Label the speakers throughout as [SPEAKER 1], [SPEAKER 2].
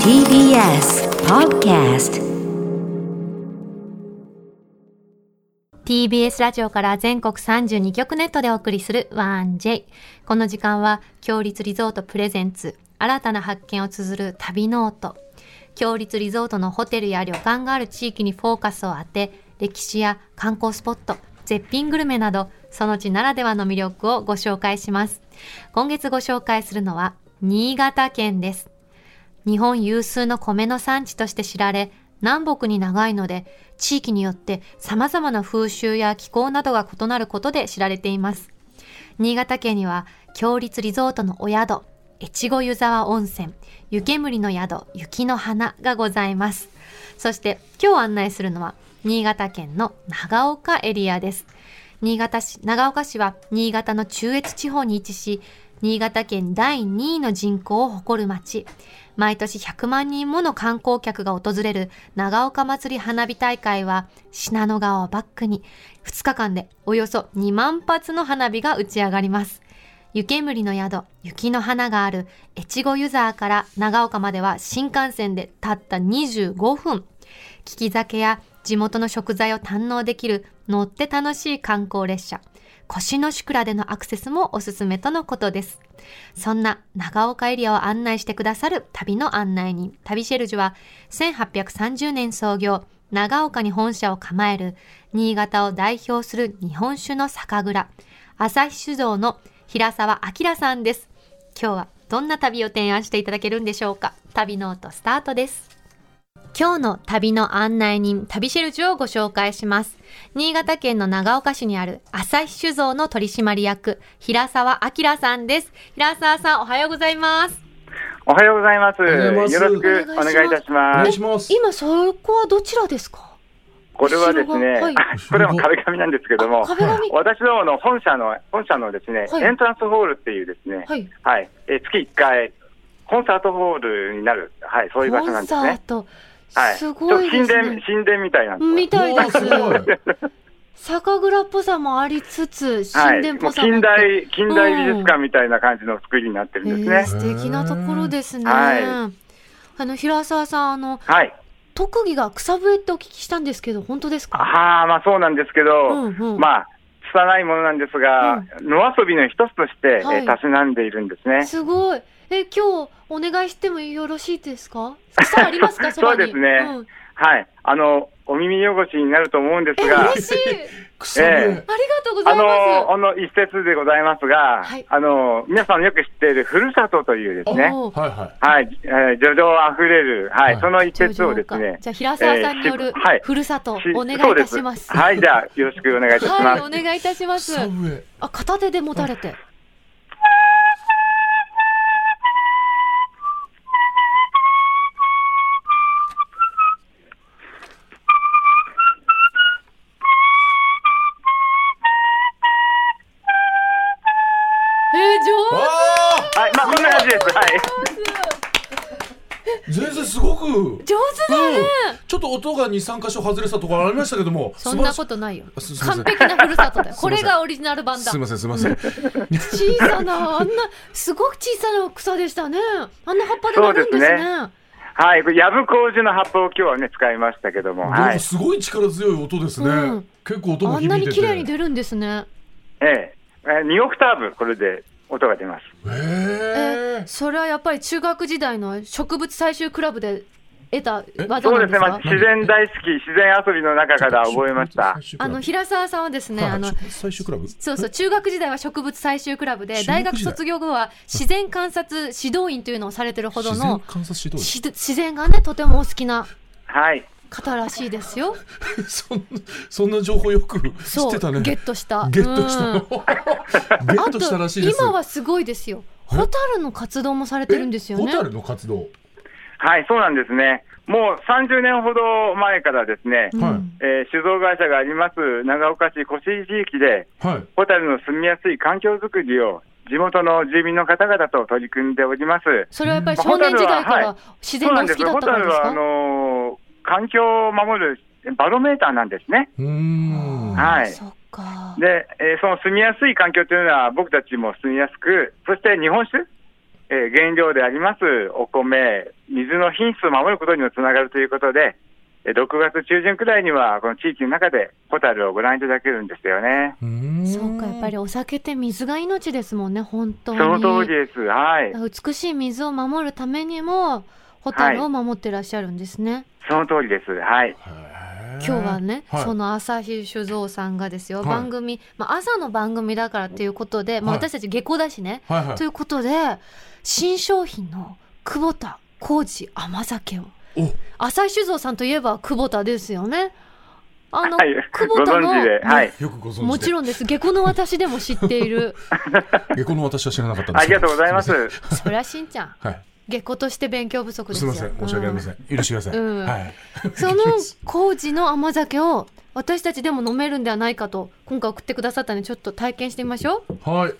[SPEAKER 1] TBS Podcast
[SPEAKER 2] TBS ラジオから全国32局ネットでお送りする 1J。この時間は、強立リゾートプレゼンツ、新たな発見を綴る旅ノート。強立リゾートのホテルや旅館がある地域にフォーカスを当て、歴史や観光スポット、絶品グルメなど、その地ならではの魅力をご紹介します。今月ご紹介するのは、新潟県です。日本有数の米の産地として知られ、南北に長いので、地域によって様々な風習や気候などが異なることで知られています。新潟県には、強立リゾートのお宿、越後湯沢温泉、湯煙の宿、雪の花がございます。そして、今日案内するのは、新潟県の長岡エリアです。新潟市、長岡市は新潟の中越地方に位置し、新潟県第2位の人口を誇る町。毎年100万人もの観光客が訪れる長岡祭り花火大会は、信濃川をバックに、2日間でおよそ2万発の花火が打ち上がります。湯煙の宿、雪の花がある越後湯沢から長岡までは新幹線でたった25分。聞き酒や地元の食材を堪能できる乗って楽しい観光列車、腰の宿倉でのアクセスもおすすめとのことです。そんな長岡エリアを案内してくださる旅の案内人、旅シェルジュは1830年創業、長岡に本社を構える新潟を代表する日本酒の酒蔵、朝日酒造の平沢明さんです。今日はどんな旅を提案していただけるんでしょうか旅ノートスタートです。今日の旅の案内人、旅シェルジュをご紹介します。新潟県の長岡市にある朝日酒造の取締役、平沢明さんです。平沢さん、おはようございます。
[SPEAKER 3] おはようございます。
[SPEAKER 4] おはようございます
[SPEAKER 3] よろしくお願いいたし
[SPEAKER 4] お
[SPEAKER 3] ま
[SPEAKER 4] 願い
[SPEAKER 3] す。
[SPEAKER 4] します。
[SPEAKER 2] 今、そこはどちらですか
[SPEAKER 3] これはですね、
[SPEAKER 2] はい
[SPEAKER 3] あ これも壁紙なんですけども、
[SPEAKER 2] 壁紙。
[SPEAKER 3] 私どもの本社の、本社のですね、
[SPEAKER 2] はい
[SPEAKER 3] エントランスホールっていうですね、
[SPEAKER 2] はい。
[SPEAKER 3] はい、え月1回、コンサートホールになる、はい、そういう場所
[SPEAKER 2] コ
[SPEAKER 3] なん
[SPEAKER 2] ン
[SPEAKER 3] です
[SPEAKER 2] サー
[SPEAKER 3] ね。
[SPEAKER 2] ト。
[SPEAKER 3] はい。
[SPEAKER 2] すごいです
[SPEAKER 3] ちょっと神
[SPEAKER 2] ね
[SPEAKER 3] 殿、。神殿みたいなんですよ
[SPEAKER 2] みたいです。
[SPEAKER 4] おーす
[SPEAKER 2] 酒蔵っぽさもありつつ、
[SPEAKER 3] は
[SPEAKER 2] 神
[SPEAKER 3] い。
[SPEAKER 2] 殿っ
[SPEAKER 3] も
[SPEAKER 2] ぽ
[SPEAKER 3] う
[SPEAKER 2] さもあ
[SPEAKER 3] 近
[SPEAKER 2] って。
[SPEAKER 3] 代、近代美術館みたいな感じの作りになってるん
[SPEAKER 2] え
[SPEAKER 3] で
[SPEAKER 2] ー
[SPEAKER 3] すね。
[SPEAKER 2] 素敵なところですね。
[SPEAKER 3] はい
[SPEAKER 2] あの平沢さん、あの
[SPEAKER 3] はい。
[SPEAKER 2] 特技が草笛ってお聞きしたんですけど、本当ですか？
[SPEAKER 3] はあ、まあそうなんですけ
[SPEAKER 2] うん
[SPEAKER 3] ど、
[SPEAKER 2] うん。
[SPEAKER 3] まあ、拙いものなんですが、野遊びの一つとして、
[SPEAKER 2] はい
[SPEAKER 3] えたしなんでいるんですね。
[SPEAKER 2] すごい。え、今日お願いしてもよろしいですか？草ありますか？そばに。
[SPEAKER 3] そうですね
[SPEAKER 2] ん
[SPEAKER 3] はい。あの、お耳汚しになると思うんです
[SPEAKER 2] え、
[SPEAKER 3] が、
[SPEAKER 2] 嬉しい。
[SPEAKER 4] くそね
[SPEAKER 2] ありがとうござ
[SPEAKER 3] あ
[SPEAKER 2] いま
[SPEAKER 3] の、あの、一節でございますが、
[SPEAKER 2] はい
[SPEAKER 3] あの、皆さんよく知っているふるさとというです
[SPEAKER 2] す。
[SPEAKER 3] ね、
[SPEAKER 2] おー
[SPEAKER 4] はい
[SPEAKER 3] は
[SPEAKER 4] はい。
[SPEAKER 3] い、えー、叙情あふれる、はい、
[SPEAKER 4] はい
[SPEAKER 3] その一
[SPEAKER 2] 上
[SPEAKER 3] 節を
[SPEAKER 2] 々
[SPEAKER 3] で
[SPEAKER 2] か
[SPEAKER 3] すね、
[SPEAKER 2] じゃあ平沢さんによ
[SPEAKER 3] え
[SPEAKER 2] る
[SPEAKER 3] ーはい
[SPEAKER 2] ふるさと
[SPEAKER 3] し
[SPEAKER 2] お願いい
[SPEAKER 3] そうで
[SPEAKER 2] たします。
[SPEAKER 3] はい、じゃあ、よろしくお願いいたし
[SPEAKER 2] は
[SPEAKER 3] ま
[SPEAKER 2] い、
[SPEAKER 3] す。
[SPEAKER 2] お願いいたします。
[SPEAKER 4] 草笛。
[SPEAKER 2] あ、片手で持たれて。えー、上
[SPEAKER 4] あ
[SPEAKER 3] はい、まあ、こんな感じです。はい。
[SPEAKER 4] あ全然すごく。
[SPEAKER 2] 手上手だね、
[SPEAKER 4] ちょっと音が二三箇所外れてたところありましたけども。
[SPEAKER 2] そんな
[SPEAKER 4] 素晴らしい
[SPEAKER 2] ことないよ。
[SPEAKER 4] あすすいません
[SPEAKER 2] 完璧なふるさとだよ。
[SPEAKER 4] すいません
[SPEAKER 2] これがオリジナル版だ
[SPEAKER 4] すい。ませんすいません。
[SPEAKER 2] 小さな、あんな、すごく小さな草でしたね。あんな葉っぱでなるんです
[SPEAKER 3] そうで
[SPEAKER 2] ね。
[SPEAKER 3] すはい、これ、やぶこうじの葉っぱを今日はね、使いましたけども、は
[SPEAKER 4] でも
[SPEAKER 3] い。
[SPEAKER 4] すごい力強い音です
[SPEAKER 2] うん
[SPEAKER 4] ね。結構音も
[SPEAKER 2] あんな
[SPEAKER 4] 響
[SPEAKER 2] に
[SPEAKER 4] いて
[SPEAKER 2] 綺麗に
[SPEAKER 4] て。
[SPEAKER 2] 出るんですね。
[SPEAKER 3] えええー、2オクターブ、これで音が出ます。
[SPEAKER 4] へえ。
[SPEAKER 2] それはやっぱり中学時代の植物採集クラブで得た技
[SPEAKER 3] そう
[SPEAKER 2] な
[SPEAKER 3] で
[SPEAKER 2] んで
[SPEAKER 3] すね、
[SPEAKER 2] す
[SPEAKER 3] まあ、
[SPEAKER 2] か。
[SPEAKER 3] 自然大好き、自然遊びの中から覚えました。
[SPEAKER 2] あの平沢さんはですね、あの
[SPEAKER 4] 最終クラブ。
[SPEAKER 2] そうそう中学時代は植物採集クラブで、
[SPEAKER 4] 中学時
[SPEAKER 2] 大
[SPEAKER 4] 代
[SPEAKER 2] 学卒業後は自然観察指導員というのをされてるほど
[SPEAKER 4] 自然
[SPEAKER 2] の
[SPEAKER 4] 観察指導
[SPEAKER 2] し自然がねとてもお好きな
[SPEAKER 3] はい。
[SPEAKER 2] 方らしいですよ。
[SPEAKER 4] 員。 そんなそんな情報よく知
[SPEAKER 2] そう
[SPEAKER 4] ってたね。
[SPEAKER 2] ゲットした。
[SPEAKER 4] ゲットし
[SPEAKER 2] う
[SPEAKER 4] た
[SPEAKER 2] ん
[SPEAKER 4] の。ゲットしたらしいです。
[SPEAKER 2] あと今はすごいですよ。
[SPEAKER 4] え
[SPEAKER 2] ホタルの活動もされてるんですよ
[SPEAKER 4] え
[SPEAKER 2] ね
[SPEAKER 4] ホ。タルの活動。
[SPEAKER 3] はい、そうなんですね。もう30年ほど前からですね、
[SPEAKER 2] うん
[SPEAKER 4] は
[SPEAKER 3] えー酒造会社があります長岡市越井地域で、
[SPEAKER 4] はい。
[SPEAKER 3] ホタルの住みやすい環境づくりを地元の住民の方々と取り組んでおります。
[SPEAKER 2] それはやっぱり少年時代から自
[SPEAKER 3] そ
[SPEAKER 2] 然
[SPEAKER 3] うな
[SPEAKER 2] がお好
[SPEAKER 3] んです。
[SPEAKER 2] きだっ
[SPEAKER 3] ホ
[SPEAKER 2] た
[SPEAKER 3] タ
[SPEAKER 2] から
[SPEAKER 3] ル
[SPEAKER 2] です
[SPEAKER 3] は、あ
[SPEAKER 2] か。
[SPEAKER 3] のー環境を守るバロメーターなんですね。
[SPEAKER 4] うーん。
[SPEAKER 3] はい。
[SPEAKER 2] そっか。
[SPEAKER 3] で、えーその住みやすい環境というのは僕たちも住みやすく、そして日本酒えー原料でありますお米、水の品質を守ることにもつながるということで、えー6月中旬くらいには、この地域の中でホタルをご覧いただけるんですよね。
[SPEAKER 4] うーん
[SPEAKER 2] そうか、やっぱりお酒って水が命ですもんね、本当
[SPEAKER 3] そ
[SPEAKER 2] に。
[SPEAKER 3] の通りです。はい。
[SPEAKER 2] 美しい水を守るためにも、ホタルを守ってらっしゃるんですね。
[SPEAKER 3] その通りです。はい。
[SPEAKER 4] へー
[SPEAKER 2] 今日はね、
[SPEAKER 4] い
[SPEAKER 2] その朝日酒造さんがですよ、
[SPEAKER 4] はい
[SPEAKER 2] 番組、まあ、朝の番組だからということで、まあ、
[SPEAKER 4] はい
[SPEAKER 2] 私たち下校だしね、
[SPEAKER 4] はいはい
[SPEAKER 2] ということで新商品の久保田浩二甘酒を
[SPEAKER 4] お
[SPEAKER 2] 朝日酒造さんといえば久保田ですよねあの、
[SPEAKER 3] はい、
[SPEAKER 2] 久
[SPEAKER 3] ご
[SPEAKER 2] 保田の
[SPEAKER 3] 存知で。はい。
[SPEAKER 4] よくご存知で
[SPEAKER 2] もちろんです下校の私でも知っている
[SPEAKER 4] 下校の私は知らなかったんです
[SPEAKER 3] ありがとうございます。
[SPEAKER 4] ま
[SPEAKER 2] そりゃしんちゃん
[SPEAKER 4] せんはい
[SPEAKER 2] 下校として勉強不足です
[SPEAKER 4] す
[SPEAKER 2] よ
[SPEAKER 4] みません申し訳ありません、許してください、
[SPEAKER 2] うん
[SPEAKER 4] はい
[SPEAKER 2] その麹の甘酒を私たちでも飲めるんではないかと今回送ってくださったのでちょっと体験してみましょう
[SPEAKER 4] はい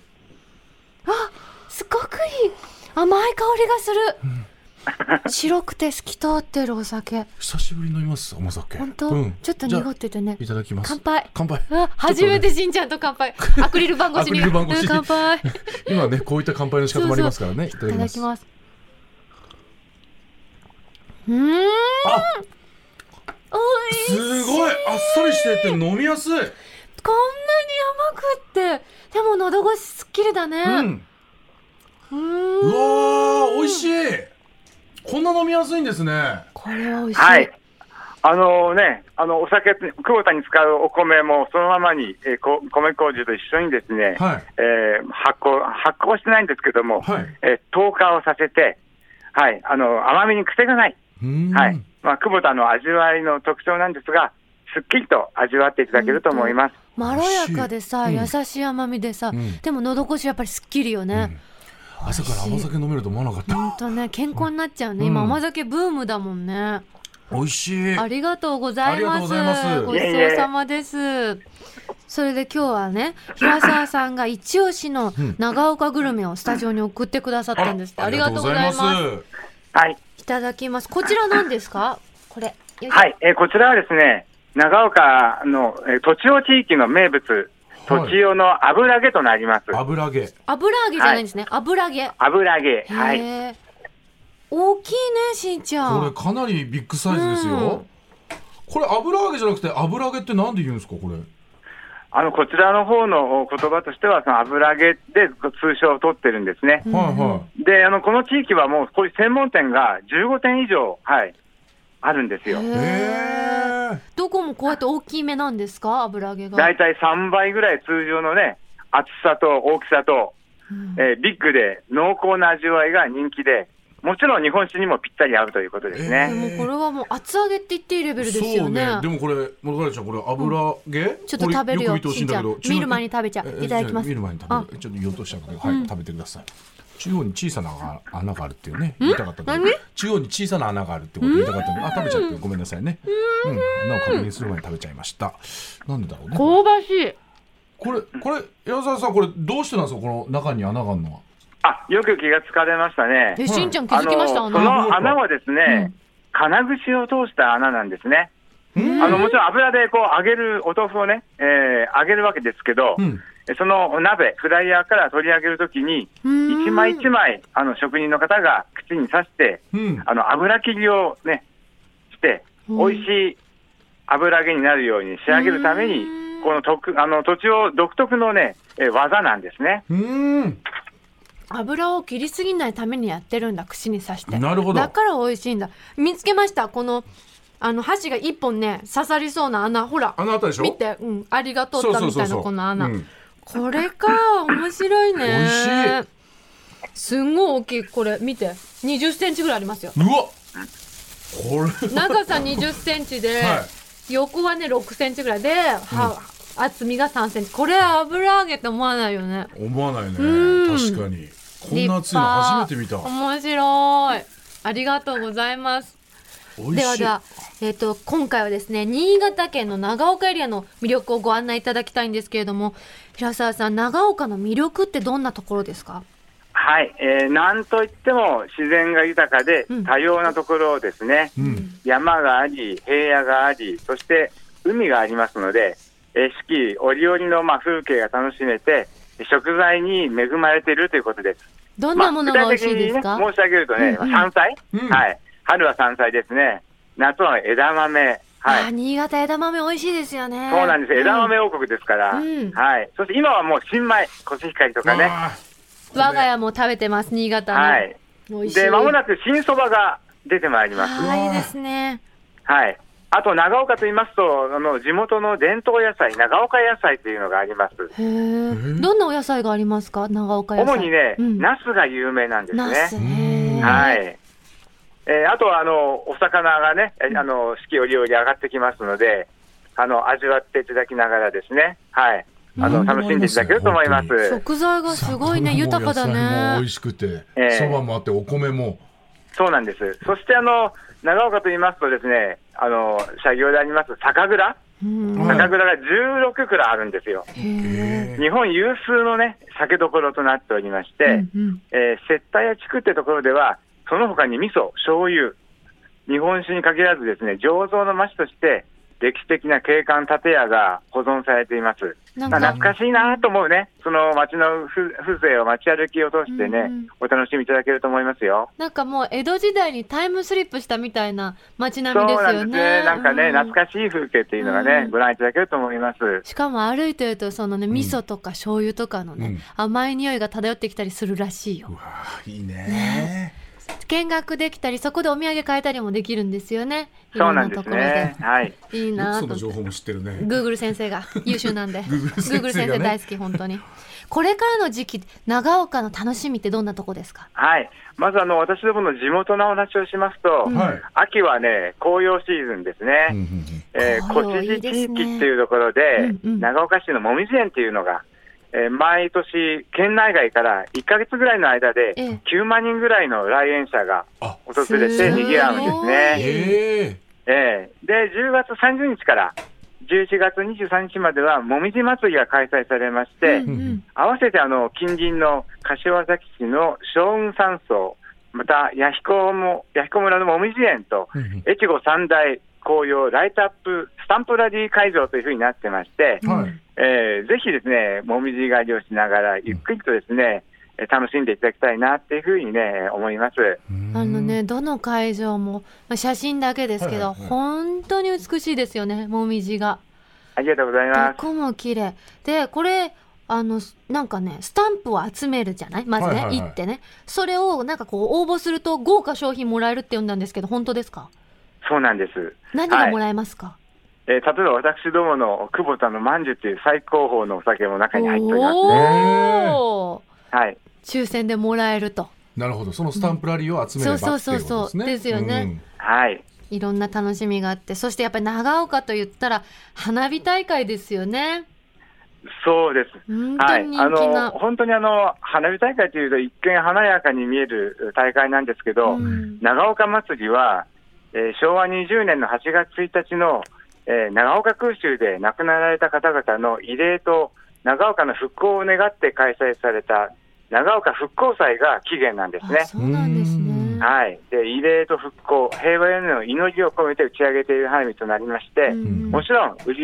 [SPEAKER 2] すごくいい甘い香りがする白くて透き通ってるお酒
[SPEAKER 4] 久しぶりに飲みます甘酒
[SPEAKER 2] 本当、
[SPEAKER 4] うん
[SPEAKER 2] ちょっと
[SPEAKER 4] じゃあ
[SPEAKER 2] 濁っててね
[SPEAKER 4] いただきます
[SPEAKER 2] 乾杯
[SPEAKER 4] 乾杯
[SPEAKER 2] あ初めてしんちゃんと乾 杯アクリル板越しに
[SPEAKER 4] アクリル板越しに
[SPEAKER 2] うん乾杯い
[SPEAKER 4] 今ねこういった乾杯の仕方もありますからねい
[SPEAKER 2] た
[SPEAKER 4] ただ
[SPEAKER 2] だ
[SPEAKER 4] き
[SPEAKER 2] き
[SPEAKER 4] ます
[SPEAKER 2] ますうーん
[SPEAKER 4] あ
[SPEAKER 2] おいしい
[SPEAKER 4] すごいあっさりしてて飲みやすい
[SPEAKER 2] こんなに甘くってでも喉越しすっきりだね
[SPEAKER 4] うん
[SPEAKER 2] う
[SPEAKER 4] う
[SPEAKER 2] ーん
[SPEAKER 4] わー美味しいこんな飲みやすいんですね
[SPEAKER 2] これは美味しい、
[SPEAKER 3] はい。あのね、あの、お酒、久保田に使うお米もそのままに、えーこ米麹と一緒にですね、
[SPEAKER 4] はい
[SPEAKER 3] えー発酵、発酵してないんですけども、
[SPEAKER 4] はい
[SPEAKER 3] えー透過をさせて、はい、あの、甘みに癖がない、
[SPEAKER 4] うーん
[SPEAKER 3] はい、まあ、久保田の味わいの特徴なんですが、すっきりと味わっていただけると思います。
[SPEAKER 2] まろやかでさ、
[SPEAKER 4] 美
[SPEAKER 2] 優
[SPEAKER 4] 味しい
[SPEAKER 2] しい甘みでさ、
[SPEAKER 4] うん
[SPEAKER 2] でも喉越しやっぱりすっきりよね、
[SPEAKER 4] 朝から甘酒飲めると思わなかった
[SPEAKER 2] ほんとね健康になっちゃうね、
[SPEAKER 4] うん
[SPEAKER 2] 今甘酒ブームだもんね
[SPEAKER 4] 美味しい
[SPEAKER 2] ありがとうござい
[SPEAKER 4] あ
[SPEAKER 2] ま
[SPEAKER 4] りがとう
[SPEAKER 2] す。
[SPEAKER 4] ございます
[SPEAKER 2] ごちそうさまです。それで今日はね、平沢さんが一押しの
[SPEAKER 4] うん
[SPEAKER 2] 長岡グルメをスタジオに送ってくださったんですって。ありがとうございま
[SPEAKER 3] はい、
[SPEAKER 2] す。いただきます。こちら何ですかこれ。よいしょ
[SPEAKER 3] はい、えーこちらはですね、長岡の、えー、栃尾地域の名物、
[SPEAKER 4] はい
[SPEAKER 3] 栃尾の油揚げとなります。
[SPEAKER 4] 油揚げ
[SPEAKER 2] 油揚げじゃないんですね。油揚げ。へ
[SPEAKER 3] 油揚げ。
[SPEAKER 2] ー
[SPEAKER 3] はい。
[SPEAKER 2] 大きいね、しんちゃ
[SPEAKER 4] これ
[SPEAKER 2] ん。
[SPEAKER 4] かなりビッグサイズですよ、これ油揚げじゃなくて油揚げってなんで言うんですかこれ
[SPEAKER 3] あの、こちらの方のお言葉としては、その油揚げで通称を取ってるんですね。
[SPEAKER 4] はいは
[SPEAKER 3] で、あの、この地域はもう、こういう専門店が15店以上、はい、あるんですよ。
[SPEAKER 4] い。
[SPEAKER 2] へー
[SPEAKER 4] へえ。
[SPEAKER 2] どこもこうやって大きい目なんですか油揚げが。
[SPEAKER 3] だいたい3倍ぐらい通常のね、厚さと大きさと、
[SPEAKER 2] うん
[SPEAKER 3] えービッグで濃厚な味わいが人気で、もちろん日本酒にもぴったり合うということです
[SPEAKER 4] え
[SPEAKER 3] ね。
[SPEAKER 2] でもこれはもう厚揚げって言っていいレベルです
[SPEAKER 4] そ
[SPEAKER 2] よ
[SPEAKER 4] う
[SPEAKER 2] ね。
[SPEAKER 4] ね。でもこれ、もがれちゃん、これ油揚げ。
[SPEAKER 2] ちょっと食べるよ
[SPEAKER 4] これく見てほしいんだけど
[SPEAKER 2] しんちゃん見る前に食べちゃう
[SPEAKER 4] ええ
[SPEAKER 2] いただきます
[SPEAKER 4] 見る前に食べる。ちょっと言おうとしたので、はい、食べてください。中央に小さな穴穴があるっていうね、言いたかったけど
[SPEAKER 2] 何
[SPEAKER 4] 中央に小さな穴があるってこと言いたかったので、あ、食べちゃってごめんなさいね。うん、穴を確認する前に食べちゃいました。なんでだろうね。
[SPEAKER 2] 香ばしい。
[SPEAKER 4] これ、これ、矢沢さん、これ、どうしてなんですか、この中に穴があるのは。
[SPEAKER 3] あ、よく気がつかれましたね。
[SPEAKER 2] え、しんちゃん気づきました
[SPEAKER 3] あの
[SPEAKER 2] あの
[SPEAKER 3] そ
[SPEAKER 4] の
[SPEAKER 3] の穴はですね、金串を通した穴なんですね。
[SPEAKER 4] うん
[SPEAKER 3] あの、もちろん油でこう揚げる、お豆腐をね、えー揚げるわけですけど、
[SPEAKER 4] うん。
[SPEAKER 3] その鍋、フライヤーから取り上げるときに、一
[SPEAKER 2] 一
[SPEAKER 3] 枚一枚、あの、職人の方が口に刺して、
[SPEAKER 4] うん。
[SPEAKER 3] あの、油切りをね、して、
[SPEAKER 2] うん
[SPEAKER 3] 美味しい油揚げになるように仕上げるために
[SPEAKER 2] うん、
[SPEAKER 3] この特、あの、土地を独特のね、えー技なんですね。
[SPEAKER 4] うん。
[SPEAKER 2] 油を切りすぎないためにやってるんだ串に刺して
[SPEAKER 4] なるほど
[SPEAKER 2] だから美味しいんだ見つけましたこのあの箸が一本ね刺さりそうな穴ほら
[SPEAKER 4] 穴あったでしょ
[SPEAKER 2] 見て、うん、ありがと
[SPEAKER 4] そうう
[SPEAKER 2] った
[SPEAKER 4] そう
[SPEAKER 2] み
[SPEAKER 4] そ
[SPEAKER 2] た
[SPEAKER 4] う
[SPEAKER 2] いな
[SPEAKER 4] そう。
[SPEAKER 2] この穴
[SPEAKER 4] うん
[SPEAKER 2] これか面白いね
[SPEAKER 4] 美味
[SPEAKER 2] すんごい大きいこれ見て2 0ンチぐらいありますよ
[SPEAKER 4] うわ。これ。
[SPEAKER 2] 長さ2 0ンチで、
[SPEAKER 4] は
[SPEAKER 2] 横はね6センチぐらいで、は厚みが3センチこれ油揚げって思わないよね
[SPEAKER 4] 思わないね
[SPEAKER 2] うん
[SPEAKER 4] 確かにこんな熱いの初めて見た
[SPEAKER 2] 立派面白いありがとうございます
[SPEAKER 4] 美味
[SPEAKER 2] で
[SPEAKER 4] し
[SPEAKER 2] はいでは、えっと今回はですね新潟県の長岡エリアの魅力をご案内いただきたいんですけれども平沢さん長岡の魅力ってどんなところですか
[SPEAKER 3] はい、えー、なんといっても自然が豊かで
[SPEAKER 2] うん
[SPEAKER 3] 多様なところですね、
[SPEAKER 4] うん
[SPEAKER 3] 山があり、平野があり、そして海がありますので、えー四季折々のまあ風景が楽しめて、食材に恵まれているということです。
[SPEAKER 2] どんなものが美味しいですか、
[SPEAKER 3] まあ具体的にね、申し上げる
[SPEAKER 2] う
[SPEAKER 3] とね、
[SPEAKER 2] んうん
[SPEAKER 3] 山菜、
[SPEAKER 4] うん
[SPEAKER 3] はい。春は山菜ですね。夏は枝豆。はい
[SPEAKER 2] あ。新潟枝豆美味しいですよね。
[SPEAKER 3] そうなんです。枝豆王国ですから。
[SPEAKER 2] うん
[SPEAKER 3] はい。そして今はもう新米、コシヒカリとかね。
[SPEAKER 4] あー
[SPEAKER 2] 我が家も食べてます、新潟の。
[SPEAKER 3] はい。
[SPEAKER 2] 美味しい。
[SPEAKER 3] で、まもなく新そばが出てまいります。
[SPEAKER 2] あーいいですね。
[SPEAKER 3] はい。あと、長岡と言いますと、あの、地元の伝統野菜、長岡野菜というのがあります。
[SPEAKER 2] へえ。どんなお野菜がありますか長岡野菜。
[SPEAKER 3] 主にね、
[SPEAKER 2] うん
[SPEAKER 3] ナスが有名なんです
[SPEAKER 2] ナス
[SPEAKER 3] ね。
[SPEAKER 2] ね。
[SPEAKER 3] はい。えーあとは、あの、お魚がね、えあの、四季折々上がってきますので、あの、味わっていただきながらですね、はい。あ
[SPEAKER 2] う
[SPEAKER 3] の、
[SPEAKER 2] ん
[SPEAKER 3] 楽しんでいただけると思います。
[SPEAKER 2] 食材がすごいね、豊かだ
[SPEAKER 4] 魚も野菜も美
[SPEAKER 2] ね
[SPEAKER 4] 味。しくて
[SPEAKER 3] ええ
[SPEAKER 4] そばもあってお米も
[SPEAKER 3] そうなんです。そして、あの、長岡と言いますとですね、あの、社業であります酒蔵、
[SPEAKER 2] うん
[SPEAKER 4] はい
[SPEAKER 3] 酒蔵が16蔵あるんですよ。
[SPEAKER 2] へえ。
[SPEAKER 3] 日本有数のね、酒どころとなっておりまして、
[SPEAKER 2] うんうん
[SPEAKER 3] えー、接待屋地区ってところでは、その他に味噌、醤油、日本酒に限らずですね、醸造の町として、歴史的な景観建屋が保存されています。
[SPEAKER 2] なん
[SPEAKER 3] まあ、
[SPEAKER 2] か、
[SPEAKER 3] 懐かしいなと思うね、その町のふ風情を街歩きを通してね、
[SPEAKER 2] うん
[SPEAKER 3] お楽しみいただけると思いますよ。
[SPEAKER 2] なんかもう江戸時代にタイムスリップしたみたいな街並
[SPEAKER 3] そ
[SPEAKER 2] みで
[SPEAKER 3] う
[SPEAKER 2] す
[SPEAKER 3] なん
[SPEAKER 2] よ
[SPEAKER 3] です
[SPEAKER 2] ね。
[SPEAKER 3] ね。なんかね、
[SPEAKER 2] う
[SPEAKER 3] 懐かしい風景っていうのが
[SPEAKER 2] う
[SPEAKER 3] ね
[SPEAKER 2] ん、
[SPEAKER 3] ご覧いただけると思います。
[SPEAKER 2] しかも歩いてるとそのね味噌とか醤油とかのね、
[SPEAKER 4] うん
[SPEAKER 2] 甘い匂いが漂ってきたりするらしいうよ
[SPEAKER 4] わーいいね
[SPEAKER 2] 見学できたりそこでお土産買えたりもできるんですよねい
[SPEAKER 3] そ
[SPEAKER 2] ろ
[SPEAKER 3] うんな
[SPEAKER 2] なん
[SPEAKER 3] で
[SPEAKER 2] と
[SPEAKER 3] す
[SPEAKER 2] ころで
[SPEAKER 3] ね。はい。
[SPEAKER 2] いい
[SPEAKER 4] よく
[SPEAKER 2] な
[SPEAKER 4] その
[SPEAKER 2] と
[SPEAKER 4] 情報も知ってるね
[SPEAKER 2] Google 先生が優秀 なんで
[SPEAKER 4] Google
[SPEAKER 2] Google
[SPEAKER 4] 先生がね
[SPEAKER 2] 先生大好き本当にこれからの時期長岡の楽しみってどんなとこですか
[SPEAKER 3] はい。まずあの、私どもの地元のお話をしますと、
[SPEAKER 2] うん
[SPEAKER 4] はい
[SPEAKER 3] 秋はね、紅葉シーズンですね。
[SPEAKER 4] うんうんうん
[SPEAKER 3] えー、
[SPEAKER 2] 紅葉
[SPEAKER 3] 小知
[SPEAKER 2] いい
[SPEAKER 3] 事
[SPEAKER 2] で
[SPEAKER 3] 地
[SPEAKER 2] す
[SPEAKER 3] 域
[SPEAKER 2] ね
[SPEAKER 3] っていうところで、
[SPEAKER 2] うんうん
[SPEAKER 3] 長岡市のもみじ園っていうのが、えー毎年、県内外から1ヶ月ぐらいの間で
[SPEAKER 2] ええ、
[SPEAKER 3] 9万人ぐらいの来園者が
[SPEAKER 4] あ
[SPEAKER 3] 訪れて賑わうんです
[SPEAKER 2] すごい
[SPEAKER 3] ね。
[SPEAKER 4] え
[SPEAKER 3] ええで、10月30日から11月23日までは、もみじ祭りが開催されまして、
[SPEAKER 2] うんうん
[SPEAKER 3] 合わせてあの近隣の柏崎市の将軍山荘、また弥彦も弥彦村のもみじ園と
[SPEAKER 4] うんうん、
[SPEAKER 3] 越後三大紅葉ライトアップスタンプラリー会場というふうになってまして、
[SPEAKER 4] えはい
[SPEAKER 3] えーぜひですね、もみじ狩りをしながら、ゆっくりとですね、えー楽しんでいただきたいなっていうふうにね、思います。
[SPEAKER 2] あのねどの会場も、まあ、写真だけですけど、
[SPEAKER 4] はいはいはい
[SPEAKER 2] 本当に美しいですよねもみじが
[SPEAKER 3] ありがとうござい
[SPEAKER 2] ど
[SPEAKER 3] ます。
[SPEAKER 2] こも綺麗でこれあのすなんかねスタンプを集めるじゃないまずね、
[SPEAKER 4] はいはいはい
[SPEAKER 2] 行ってねそれをなんかこう応募すると豪華商品もらえるって読んだんですけど本当ですか
[SPEAKER 3] そうなんです。
[SPEAKER 2] 何がもらえますか、
[SPEAKER 3] えー例えば私どもの久保田のまんじゅっていう最高峰のお酒も中に入っておりますね。
[SPEAKER 2] おー
[SPEAKER 3] はい。
[SPEAKER 2] 抽選でもらえると
[SPEAKER 4] なるほどそのスタンプラリーを集めれば
[SPEAKER 2] そうそうそうそう
[SPEAKER 4] っていこと
[SPEAKER 2] ですよね
[SPEAKER 3] はい。
[SPEAKER 2] いろんな楽しみがあってそしてやっぱり長岡と言ったら花火大会ですよね
[SPEAKER 3] そうです。
[SPEAKER 2] 本
[SPEAKER 3] は
[SPEAKER 2] 当
[SPEAKER 3] い
[SPEAKER 2] に、
[SPEAKER 3] あ
[SPEAKER 2] 人気な、
[SPEAKER 3] の本当にあの花火大会というと、一見華やかに見える大会なんですけど、
[SPEAKER 2] うん
[SPEAKER 3] 長岡祭りは、えー昭和20年の8月1日の、えー長岡空襲で亡くなられた方々の慰霊と、長岡の復興を願って開催された長岡復興祭が起源なんです
[SPEAKER 2] あ
[SPEAKER 3] ね。
[SPEAKER 2] そうなんですね
[SPEAKER 3] はい、で慰霊と復興、平和への祈りを込めて打ち上げている花火となりまして、
[SPEAKER 2] うん
[SPEAKER 3] もちろん打ち打ち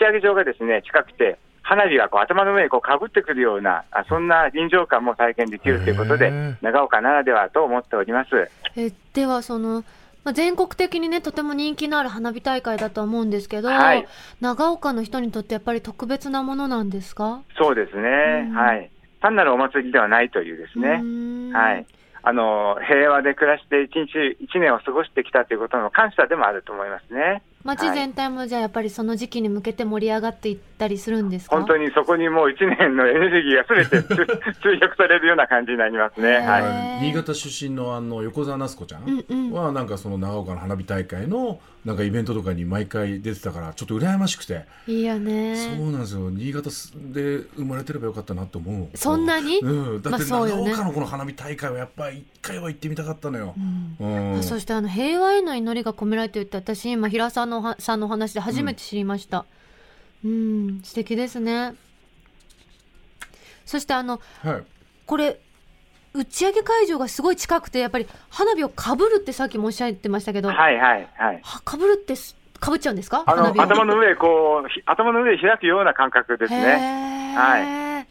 [SPEAKER 3] 上げ場がですね近くて、花火がこう頭の上にこうかぶってくるような、あそんな臨場感も体験できるということ
[SPEAKER 4] へ
[SPEAKER 3] で
[SPEAKER 4] ー、
[SPEAKER 3] 長岡ならではと思っております。
[SPEAKER 2] えではその、まあ、全国的にねとても人気のある花火大会だと思うんですけど、
[SPEAKER 3] はい
[SPEAKER 2] 長岡の人にとってやっぱり特別なものなんですか
[SPEAKER 3] そうですね、
[SPEAKER 2] うん
[SPEAKER 3] はい、単なるお祭りではないというですね、はい、あの平和で暮らして一日一年を過ごしてきたということの感謝でもあると思いますね。
[SPEAKER 2] 町全体もじゃあやっぱりその時期に向けて盛り上がっていったりするんですか
[SPEAKER 3] 本当
[SPEAKER 2] に
[SPEAKER 3] にそこにもう一年のエネルギーがすべ て注力されるような感じになります
[SPEAKER 2] へ
[SPEAKER 3] ね。はい
[SPEAKER 2] ー
[SPEAKER 4] 新潟出身のあの横澤夏子ちゃ
[SPEAKER 2] うんうん
[SPEAKER 4] んはなんかその長岡の花火大会のなんかイベントとかに毎回出てたからちょっと羨ましくて、
[SPEAKER 2] いいよ
[SPEAKER 4] そ
[SPEAKER 2] ね
[SPEAKER 4] うなんですよ新潟すで生まれてればよかったなと思う
[SPEAKER 2] そんなに
[SPEAKER 4] うん、だ
[SPEAKER 2] ま
[SPEAKER 4] っ
[SPEAKER 2] あ
[SPEAKER 4] て
[SPEAKER 2] そ
[SPEAKER 4] 長
[SPEAKER 2] うよね
[SPEAKER 4] 岡のこの花火大会はやっぱり一回は行ってみたかったのよ、
[SPEAKER 2] うん
[SPEAKER 4] うん
[SPEAKER 2] あそしてあの平和への祈りが込められてるって私今平さんのおはさんのお話で初めて知りましたうん、素敵ですねそしてあの
[SPEAKER 4] はい、
[SPEAKER 2] これ打ち上げ会場がすごい近くてやっぱり花火をかぶるってさっきもおっしゃってましたけど、
[SPEAKER 3] はいはいはい。
[SPEAKER 2] はかぶるってすかぶっちゃうんですか
[SPEAKER 3] あの
[SPEAKER 2] 花火を
[SPEAKER 3] 頭の上こうひ頭の上で開くような感覚ですね。
[SPEAKER 2] へー
[SPEAKER 3] は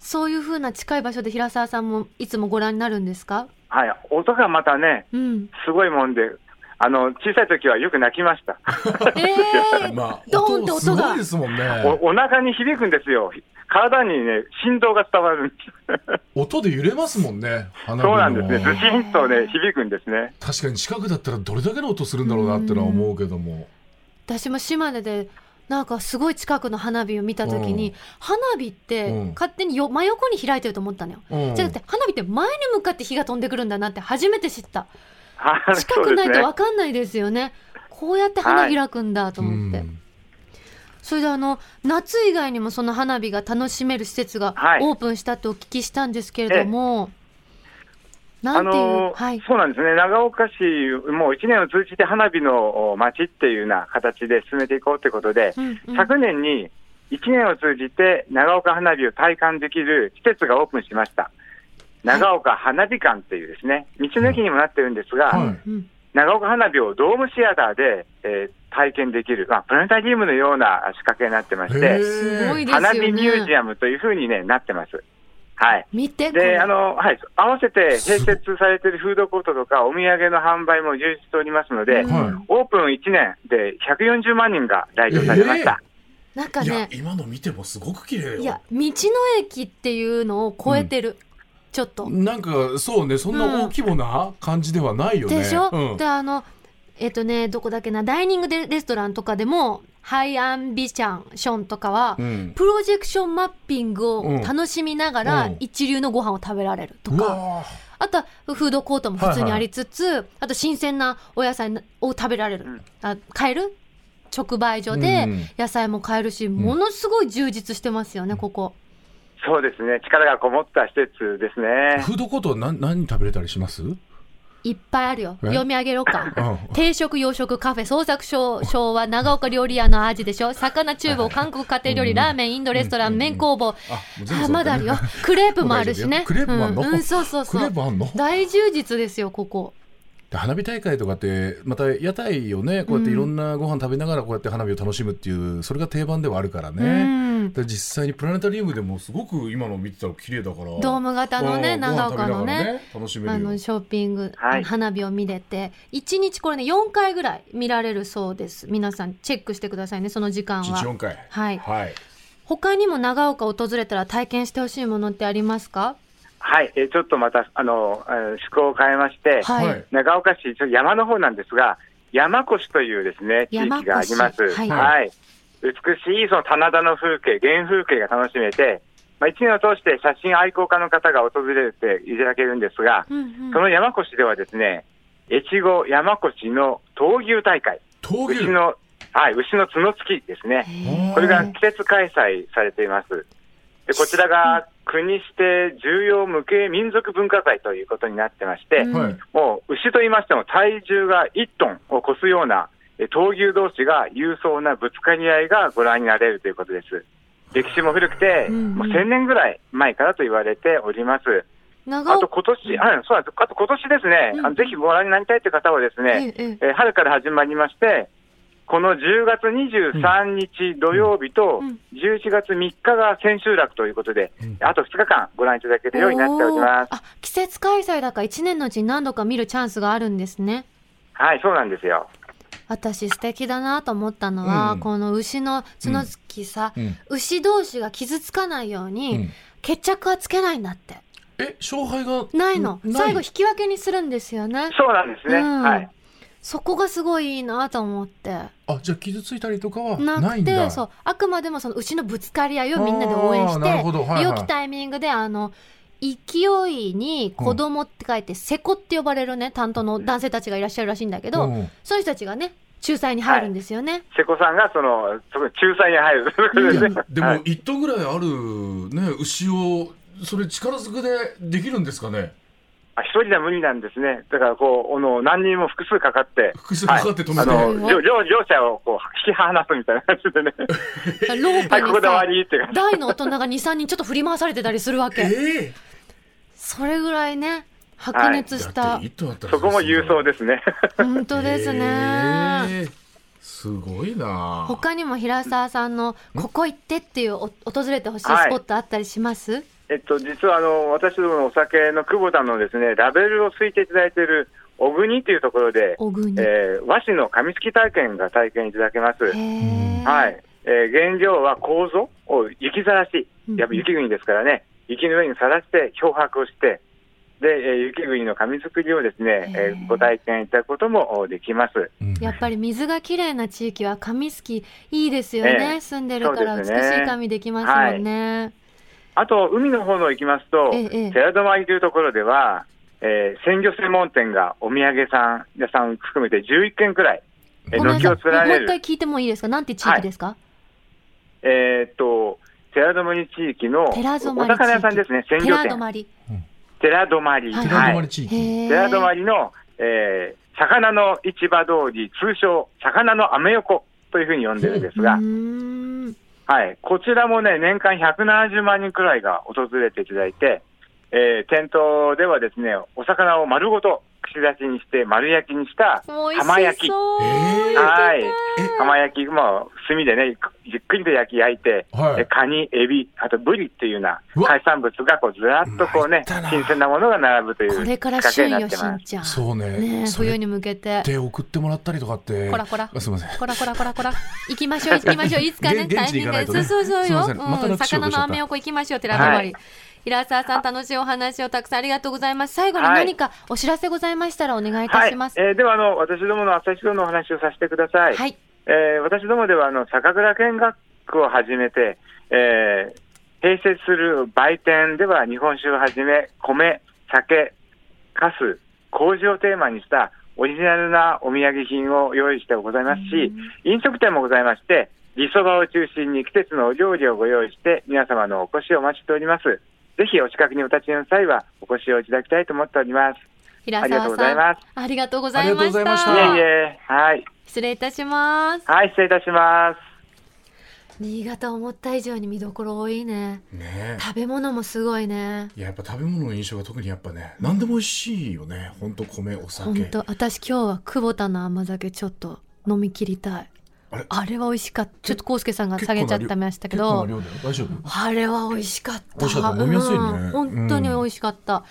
[SPEAKER 2] そういうふうな近い場所で平沢さんもいつもご覧になるんですか
[SPEAKER 3] はい、音がまたね、
[SPEAKER 2] うん。
[SPEAKER 3] すごいもんで、あの、小さい時はよく泣きました。
[SPEAKER 2] ええ
[SPEAKER 4] まあ、
[SPEAKER 2] ドーンって音が
[SPEAKER 4] 音すごいですもんね。
[SPEAKER 3] おお腹に響くんですよ。体にね、振動が伝わるんです。
[SPEAKER 4] 音で揺れますもんね。花火
[SPEAKER 3] そうなんで
[SPEAKER 4] の。
[SPEAKER 3] すね。ずしんとね、響くんですね。
[SPEAKER 4] 確かに近くだったらどれだけの音するんだろうなってのは思うけども。
[SPEAKER 2] 私も島根でなんかすごい近くの花火を見た時に、
[SPEAKER 4] うん
[SPEAKER 2] 花火って
[SPEAKER 4] うん
[SPEAKER 2] 勝手によ真横に開いてると思ったのよ、
[SPEAKER 4] うん
[SPEAKER 2] じゃなくて花火って前に向かって火が飛んでくるんだなって初めて知った
[SPEAKER 3] はい
[SPEAKER 2] 近くないと分かんないですよねこうやって花開くんだと思って、
[SPEAKER 4] うん
[SPEAKER 2] それであの夏以外にもその花火が楽しめる施設が
[SPEAKER 3] はい
[SPEAKER 2] オープンしたってお聞きしたんですけれども、な
[SPEAKER 3] あ
[SPEAKER 2] んていう、
[SPEAKER 3] のー
[SPEAKER 2] はい
[SPEAKER 3] そうなんですね、長岡市、もう1年を通じて花火のお街っていうような形で進めていこうということで、
[SPEAKER 2] うんうん
[SPEAKER 3] 昨年に1年を通じて長岡花火を体感できる施設がオープンしました。長岡花火館っていうですね、道の駅にもなってるんですが、
[SPEAKER 4] はい。
[SPEAKER 2] うん
[SPEAKER 3] 長岡花火をドームシアターで、えー体験できる、まあ、プラネタリウムのような仕掛けになってまし
[SPEAKER 4] へー
[SPEAKER 3] て、
[SPEAKER 2] すごいですよね
[SPEAKER 3] 花火ミュージアムというふうに、ね、なってます。はい。
[SPEAKER 2] 見てこれ
[SPEAKER 3] で、あの、はい、合わせて併設されているフードコートとかお土産の販売も充実しておりますので、
[SPEAKER 2] うん
[SPEAKER 4] は
[SPEAKER 3] オープン1年で140万人が来場されました。
[SPEAKER 2] なんか
[SPEAKER 1] いや
[SPEAKER 2] ね、
[SPEAKER 1] 今の見てもすごく綺麗よ。
[SPEAKER 2] いや、道の駅っていうのを超えてる、ちょっと。
[SPEAKER 4] なんか、そうね、そんな大規模な感じではないよね。
[SPEAKER 2] でしょ、
[SPEAKER 4] うん
[SPEAKER 2] で、あの、えっ、とね、どこだっけな、ダイニングでレストランとかでも、ハイアンビシャンションとかは、
[SPEAKER 4] うん
[SPEAKER 2] プロジェクションマッピングを楽しみながら、
[SPEAKER 4] うん
[SPEAKER 2] 一流のご飯を食べられると
[SPEAKER 4] う
[SPEAKER 2] か、
[SPEAKER 4] わ
[SPEAKER 2] あとはフードコートも普通にありつつ、あと新鮮なお野菜を食べられる、
[SPEAKER 3] ん
[SPEAKER 2] あ買える直売所
[SPEAKER 4] う
[SPEAKER 2] で
[SPEAKER 4] ん
[SPEAKER 2] 野菜も買えるし、ものすごい充実してますよね、ここ。
[SPEAKER 3] そうですね、力がこもった施設です
[SPEAKER 4] ー
[SPEAKER 3] ね。
[SPEAKER 4] フードコートは何何食べれたりします
[SPEAKER 2] いっぱいあるよ。
[SPEAKER 4] え
[SPEAKER 2] 読み上げろか
[SPEAKER 4] う。ん
[SPEAKER 2] 定食、洋食、カフェ、創作昭昭和、長岡料理屋のアジでしょ。魚厨房、韓国家庭料理、ラーメン、インドレストラン、麺工房。
[SPEAKER 4] 全部そ
[SPEAKER 2] あ、
[SPEAKER 4] うだね
[SPEAKER 2] まだあるよ。クレープもあるしね。
[SPEAKER 4] クレープもあんの
[SPEAKER 2] うんうん、そうそう
[SPEAKER 4] クレ
[SPEAKER 2] そ
[SPEAKER 4] ー
[SPEAKER 2] う
[SPEAKER 4] プ。あんの
[SPEAKER 2] 大充実ですよ、ここ。
[SPEAKER 4] で花火大会とかってまた屋台をねこうやっていろんなご飯食べながらこうやって花火を楽しむっていうそれが定番ではあるから
[SPEAKER 2] う
[SPEAKER 4] ね、
[SPEAKER 2] ん
[SPEAKER 4] で実際にプラネタリウムでもすごく今の見てたら綺麗だから
[SPEAKER 2] ドーム型のね
[SPEAKER 4] うん
[SPEAKER 2] 長岡のね
[SPEAKER 4] ご飯食べな
[SPEAKER 2] あ
[SPEAKER 4] がら楽しめるよ
[SPEAKER 2] のショッピング、
[SPEAKER 3] はい
[SPEAKER 2] 花火を見れて1日これね4回ぐらい見られるそうです皆さんチェックしてくださいねその時間
[SPEAKER 4] 一日4
[SPEAKER 2] は
[SPEAKER 4] 回
[SPEAKER 2] はい
[SPEAKER 4] はい、
[SPEAKER 2] 他にも長岡訪れたら体験してほしいものってありますか
[SPEAKER 3] はい、えーちょっとまた、あの、えー趣向を変えまして、
[SPEAKER 2] はい
[SPEAKER 4] はい
[SPEAKER 3] 長岡市、ちょっと山の方なんですが、山越というですね、地域があります。
[SPEAKER 2] 山越はい
[SPEAKER 3] 美しいその棚田の風景、原風景が楽しめて、まあ、一年を通して写真愛好家の方が訪れていただけるんですが、
[SPEAKER 2] うんうん
[SPEAKER 3] その山越ではですね、越後山越の闘牛大会、
[SPEAKER 4] 闘
[SPEAKER 3] 牛
[SPEAKER 4] 牛
[SPEAKER 3] の、はい、牛の角突きですね。
[SPEAKER 2] へー
[SPEAKER 3] これが季節開催されています。でこちらが国指定重要無形民族文化財ということになってまして、
[SPEAKER 2] うん
[SPEAKER 4] はい
[SPEAKER 3] もう牛と言いましても体重が1トンを超すようなえ闘牛同士が勇壮なぶつかり合いがご覧になれるということです。歴史も古くて、
[SPEAKER 2] うんうん
[SPEAKER 3] もう1000年ぐらい前からと言われております。あ
[SPEAKER 2] 長
[SPEAKER 3] と
[SPEAKER 2] 岡
[SPEAKER 3] 今年、あそうなんです。あと今年ですね、
[SPEAKER 2] うん
[SPEAKER 3] あのぜひご覧になりたいという方はですね、
[SPEAKER 2] えええ
[SPEAKER 3] えー春から始まりまして、この10月23日土曜日と
[SPEAKER 2] うんうん
[SPEAKER 3] 11月3日が千秋楽ということで、
[SPEAKER 4] うん
[SPEAKER 3] あと2日間ご覧いただけるようになっております。
[SPEAKER 2] おーあ季節開催だから1年のうちに何度か見るチャンスがあるんですね
[SPEAKER 3] はい、そうなんですよ。
[SPEAKER 2] 私素敵だなと思ったのは、
[SPEAKER 4] うん
[SPEAKER 2] この牛の角突きさ、
[SPEAKER 4] うん
[SPEAKER 2] 牛同士が傷つかないように、
[SPEAKER 4] うん
[SPEAKER 2] 決着はつけないんだって
[SPEAKER 4] え勝敗が
[SPEAKER 2] ないの
[SPEAKER 4] ない
[SPEAKER 2] 最後引き分けにするんですよね
[SPEAKER 3] そうなんですね。
[SPEAKER 2] うん
[SPEAKER 3] はい。
[SPEAKER 2] そこがすごいいいなと思って
[SPEAKER 4] あじゃあ傷ついたりとかは
[SPEAKER 2] な
[SPEAKER 4] な
[SPEAKER 2] く
[SPEAKER 4] いん
[SPEAKER 2] て
[SPEAKER 4] だ
[SPEAKER 2] そうあくまでもその牛のぶつかり合いをみんなで応援し
[SPEAKER 4] あー
[SPEAKER 2] て、
[SPEAKER 4] なるほどはいはい
[SPEAKER 2] 良きタイミングであの勢いに子供って書いて、セコって呼ばれるね、担当の男性たちがいらっしゃるらしいんだけど、
[SPEAKER 4] うん
[SPEAKER 2] その人たちがね、仲裁に入るんですよね。
[SPEAKER 3] 瀬古さんがその、その仲裁に入る。
[SPEAKER 4] いや
[SPEAKER 1] で
[SPEAKER 4] で
[SPEAKER 1] も
[SPEAKER 4] も
[SPEAKER 1] 一頭ぐらいあるね牛をそれ力ずくでできるんですかね。
[SPEAKER 3] あ一人では無理なんですね。だからこう、あの、何人も複数かかって、
[SPEAKER 1] 複数かかって止めて
[SPEAKER 3] はい、あの、
[SPEAKER 2] すご
[SPEAKER 3] 両、両両者をこう、引き離すみたいな感じでね。
[SPEAKER 2] ロー
[SPEAKER 3] はい、
[SPEAKER 2] プ
[SPEAKER 3] ここ
[SPEAKER 2] に
[SPEAKER 3] で終わ
[SPEAKER 2] さ、
[SPEAKER 3] りっていう感じ。
[SPEAKER 2] 大の大人が2、3人ちょっと振り回されてたりするわけ。
[SPEAKER 1] え
[SPEAKER 2] それぐらいね、白熱
[SPEAKER 1] え
[SPEAKER 2] した。
[SPEAKER 1] だって一頭だったら
[SPEAKER 3] そこも郵送
[SPEAKER 1] で。
[SPEAKER 3] ですね。
[SPEAKER 2] 本当ですね。
[SPEAKER 1] ええすごいな。
[SPEAKER 2] 他にも平沢さんのここ行ってっていうお訪れてほしいスポットあったりします？
[SPEAKER 3] えっと、実はあの私どものお酒の久保田のですねラベルをすいていただいている小国というところで、
[SPEAKER 2] 小国。
[SPEAKER 3] えー和紙の紙すき体験が体験いただけます。
[SPEAKER 2] へー
[SPEAKER 3] はい。えー現状は構造を雪ざらし
[SPEAKER 2] う、ん
[SPEAKER 3] やっぱ雪国ですからね、雪の上にさらして漂白をして、で、えー雪国の紙作りをですね、え
[SPEAKER 2] へえ
[SPEAKER 3] ーご体験いただくこともおできます。
[SPEAKER 4] うん
[SPEAKER 2] やっぱり水がきれいな地域は紙すきいいですよね、
[SPEAKER 3] ええ
[SPEAKER 2] 住んでるから
[SPEAKER 3] そ
[SPEAKER 2] 美
[SPEAKER 3] う
[SPEAKER 2] し
[SPEAKER 3] です
[SPEAKER 2] い
[SPEAKER 3] ね
[SPEAKER 2] 紙できますもんね。
[SPEAKER 3] あと、海の方の行きますと、
[SPEAKER 2] ええええ
[SPEAKER 3] 寺泊というところでは、えー鮮魚専門店がお土産さん、屋さん含めて11軒くらい、え
[SPEAKER 2] ご
[SPEAKER 3] ー
[SPEAKER 2] めんな
[SPEAKER 3] 軒
[SPEAKER 2] さ
[SPEAKER 3] を
[SPEAKER 2] い、も
[SPEAKER 3] 連ね
[SPEAKER 2] う一
[SPEAKER 3] る
[SPEAKER 2] 回聞いてもいいですかなんて地域ですか、
[SPEAKER 3] えーっと、寺泊地域の
[SPEAKER 2] 寺泊地域
[SPEAKER 3] お魚屋さんですね、鮮魚
[SPEAKER 2] 寺
[SPEAKER 3] 店。
[SPEAKER 2] 泊。
[SPEAKER 3] 寺泊
[SPEAKER 2] はい
[SPEAKER 4] 寺泊地域、
[SPEAKER 2] へ
[SPEAKER 3] 寺
[SPEAKER 2] ー
[SPEAKER 3] 泊の、えー魚の市場通り、通称、魚のアメ横というふうに呼んでるんですが、
[SPEAKER 2] うーん
[SPEAKER 3] はい、こちらもね、年間170万人くらいが訪れていただいて、えー店頭ではですね、お魚を丸ごと串刺しにして、丸焼きにした浜
[SPEAKER 2] 美味
[SPEAKER 3] 焼
[SPEAKER 2] し
[SPEAKER 3] き。
[SPEAKER 2] そう。
[SPEAKER 4] えー
[SPEAKER 3] はい
[SPEAKER 2] えー
[SPEAKER 3] 浜焼き、まあ、炭でね、じっくりと焼き焼いて、
[SPEAKER 4] はい
[SPEAKER 3] えカニ、エビ、あとブリっていうような
[SPEAKER 4] うわ
[SPEAKER 3] 海産物がこうずらっとこうね、
[SPEAKER 4] 参ったな
[SPEAKER 3] 新鮮なものが並ぶという
[SPEAKER 2] これから
[SPEAKER 3] 仕掛け
[SPEAKER 2] 旬
[SPEAKER 3] にな
[SPEAKER 2] よ、
[SPEAKER 3] って
[SPEAKER 2] し
[SPEAKER 3] ま
[SPEAKER 2] ん
[SPEAKER 3] す。
[SPEAKER 2] ちゃん。
[SPEAKER 4] そうね
[SPEAKER 2] ねえ
[SPEAKER 4] それ
[SPEAKER 2] 冬に向けて。
[SPEAKER 4] で送ってもらったりとかって
[SPEAKER 2] こらこら。
[SPEAKER 4] あすみません
[SPEAKER 2] こらこらこらこら。行きましょう、 行きましょう。いつかね、
[SPEAKER 4] 現現地に行かないとね
[SPEAKER 2] そうそうそうよ。
[SPEAKER 4] すいませんまた
[SPEAKER 2] うん、
[SPEAKER 4] 楽しよう
[SPEAKER 2] 魚の
[SPEAKER 4] としちゃった
[SPEAKER 2] アメ横行きましょう、寺泊。
[SPEAKER 3] はい
[SPEAKER 2] 平沢さん、楽しいお話をたくさんありがとうございます。最後に
[SPEAKER 3] はい
[SPEAKER 2] 何かお知らせございましたらお願いいた
[SPEAKER 3] はい
[SPEAKER 2] します。
[SPEAKER 3] えーではあの、私どもの朝日堂のお話をさせてください。
[SPEAKER 2] はい。
[SPEAKER 3] えー私どもではあの酒蔵見学を始めて、えー併設する売店では日本酒をはじめ米、酒、粕、麹をテーマにしたオリジナルなお土産品を用意してございますし、飲食店もございまして、リソバを中心に季節のお料理をご用意して皆様のお越しをお待ちしております。ぜひお近くにお立ちの際はお越しをいただきたいと思っております。
[SPEAKER 2] 平
[SPEAKER 3] ありがと
[SPEAKER 2] 沢
[SPEAKER 3] うござ
[SPEAKER 2] さ
[SPEAKER 3] い
[SPEAKER 2] ん、
[SPEAKER 3] ます。
[SPEAKER 2] ありがとうございま
[SPEAKER 4] ありがとうございま
[SPEAKER 2] し
[SPEAKER 4] した
[SPEAKER 2] た
[SPEAKER 3] いえい。え、はい。
[SPEAKER 2] 失礼いたします。
[SPEAKER 3] はい、失礼いたします。
[SPEAKER 2] 新潟思った以上に見どころ多いね。
[SPEAKER 1] ねえ
[SPEAKER 2] 食べ物もすごいね。
[SPEAKER 1] いややっぱ食べ物の印象が特にやっぱね何でも美味しいよね本当米お
[SPEAKER 2] 本
[SPEAKER 1] 酒
[SPEAKER 2] 当私今日は久保田の甘酒ちょっと飲み切りたい
[SPEAKER 1] あれ
[SPEAKER 2] あれは美味しかったちょっと康介さんが下げちゃってましたけ
[SPEAKER 4] 結構
[SPEAKER 2] ど
[SPEAKER 4] な量だよ大丈夫
[SPEAKER 2] あれは美味しかった
[SPEAKER 4] 美味しかった飲みやすいね
[SPEAKER 2] うん本当に美味しかった、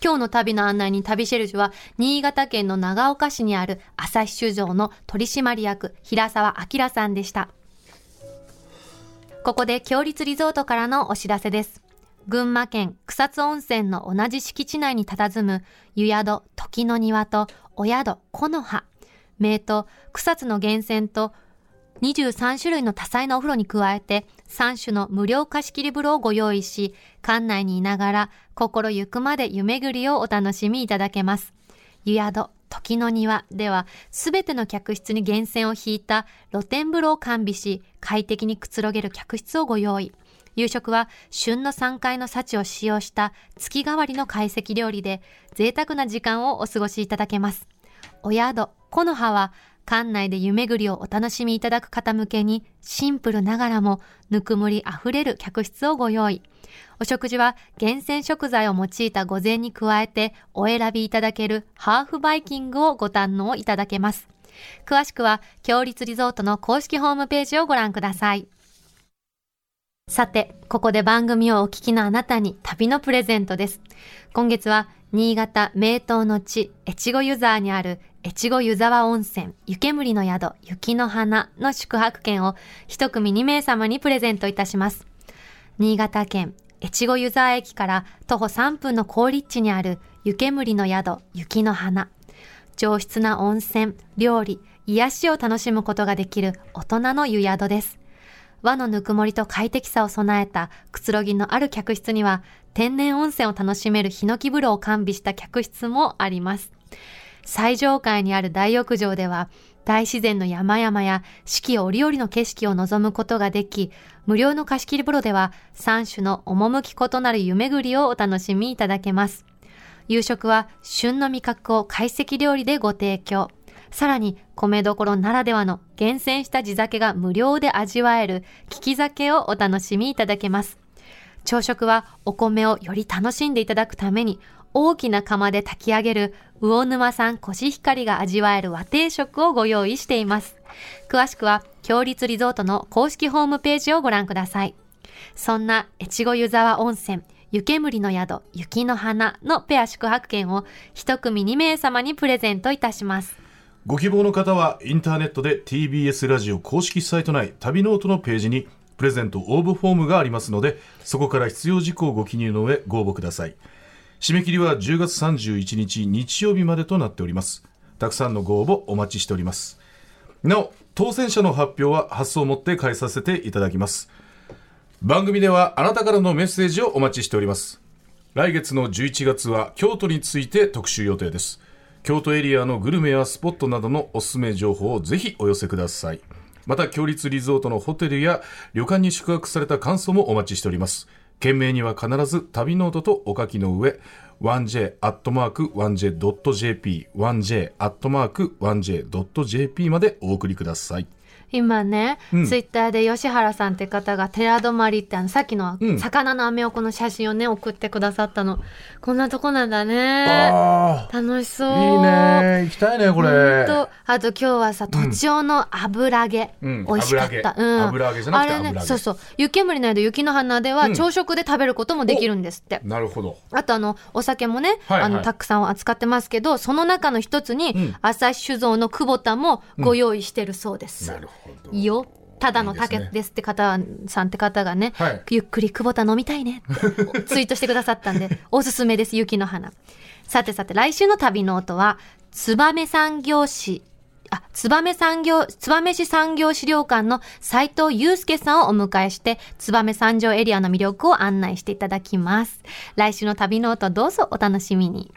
[SPEAKER 2] 今日の旅の案内に旅シェルジュは新潟県の長岡市にある朝日酒造の取締役平沢明さんでしたここで強立リゾートからのお知らせです。群馬県草津温泉の同じ敷地内に佇む湯宿時の庭とお宿木の葉。名湯草津の源泉と23種類の多彩なお風呂に加えて3種の無料貸し切り風呂をご用意し、館内にいながら心ゆくまで湯巡りをお楽しみいただけます。湯宿時の庭ではすべての客室に源泉を引いた露天風呂を完備し快適にくつろげる客室をご用意夕食は旬の3階の幸を使用した月替わりの懐石料理で贅沢な時間をお過ごしいただけますお宿木の葉は館内で湯巡りをお楽しみいただく方向けにシンプルながらもぬくもりあふれる客室をご用意お食事は厳選食材を用いた御膳に加えてお選びいただけるハーフバイキングをご堪能いただけます。詳しくは、強立リゾートの公式ホームページをご覧ください。さて、ここで番組をお聞きのあなたに旅のプレゼントです。今月は、新潟名湯の地、越後湯沢にある越後湯沢温泉、湯煙の宿、雪の花の宿泊券を一組2名様にプレゼントいたします。新潟県越後湯沢駅から徒歩3分の高立地にある湯煙の宿雪の花上質な温泉料理癒しを楽しむことができる大人の湯宿です和のぬくもりと快適さを備えたくつろぎのある客室には天然温泉を楽しめるヒノキ風呂を完備した客室もあります最上階にある大浴場では、大自然の山々や四季折々の景色を望むことができ、無料の貸し切り風呂では3種の趣異なる湯巡りをお楽しみいただけます。夕食は旬の味覚を懐石料理でご提供。さらに、米どころならではの厳選した地酒が無料で味わえる利き酒をお楽しみいただけます。朝食はお米をより楽しんでいただくために大きな釜で炊き上げる魚沼産コシヒカリが味わえる和定食をご用意しています。詳しくは、強立リゾートの公式ホームページをご覧ください。そんな越後湯沢温泉、湯煙の宿、雪の花のペア宿泊券を一組2名様にプレゼントいたします。
[SPEAKER 4] ご希望の方はインターネットで TBS ラジオ公式サイト内旅ノートのページにプレゼント応募フォームがありますのでそこから必要事項をご記入の上ご応募ください締め切りは10月31日日曜日までとなっておりますたくさんのご応募お待ちしておりますなお当選者の発表は発送をもって返させていただきます番組ではあなたからのメッセージをお待ちしております来月の11月は京都について特集予定です京都エリアのグルメやスポットなどのおすすめ情報をぜひお寄せくださいまた強立リゾートのホテルや旅館に宿泊された感想もお待ちしております件名には必ず旅ノートとお書きの上 1j.1j.jp 1j.1j.jp までお送りください
[SPEAKER 2] 今ね、ツイッターで吉原さんって方が寺泊りってあのさっきの
[SPEAKER 4] うん
[SPEAKER 2] 魚のアメ横の写真をね送ってくださったの、こんなとこなんだね
[SPEAKER 4] あ
[SPEAKER 2] 楽しそう
[SPEAKER 4] ーいいね行きたいねこれ
[SPEAKER 2] ほんとあと今日はさ栃尾の油揚げ、
[SPEAKER 4] うん
[SPEAKER 2] 美味しかった、
[SPEAKER 4] 油揚げ油揚げじゃなく
[SPEAKER 2] あれ
[SPEAKER 4] て油揚
[SPEAKER 2] ね
[SPEAKER 4] げ
[SPEAKER 2] そうそう湯煙の間雪の花では朝食で食べることもできるんですって、
[SPEAKER 4] なるほど
[SPEAKER 2] あとあのお酒もね、
[SPEAKER 4] はいは
[SPEAKER 2] あ
[SPEAKER 4] い
[SPEAKER 2] のたくさん扱ってますけどその中の一つに、
[SPEAKER 4] ん
[SPEAKER 2] 朝日酒造の久保田もご用意してるそうです、
[SPEAKER 4] なるほど
[SPEAKER 2] いいよただの
[SPEAKER 4] いい
[SPEAKER 2] 竹
[SPEAKER 4] ですね
[SPEAKER 2] ですって方さんって方がね、
[SPEAKER 4] はい
[SPEAKER 2] ゆっくり久保田飲みたいね ってツイートしてくださったんでおすすめです雪の花さてさて来週の旅の音は燕産業市あ燕産業燕市産業資料館の斉藤祐介さんをお迎えして燕三条エリアの魅力を案内していただきます来週の旅の音どうぞお楽しみに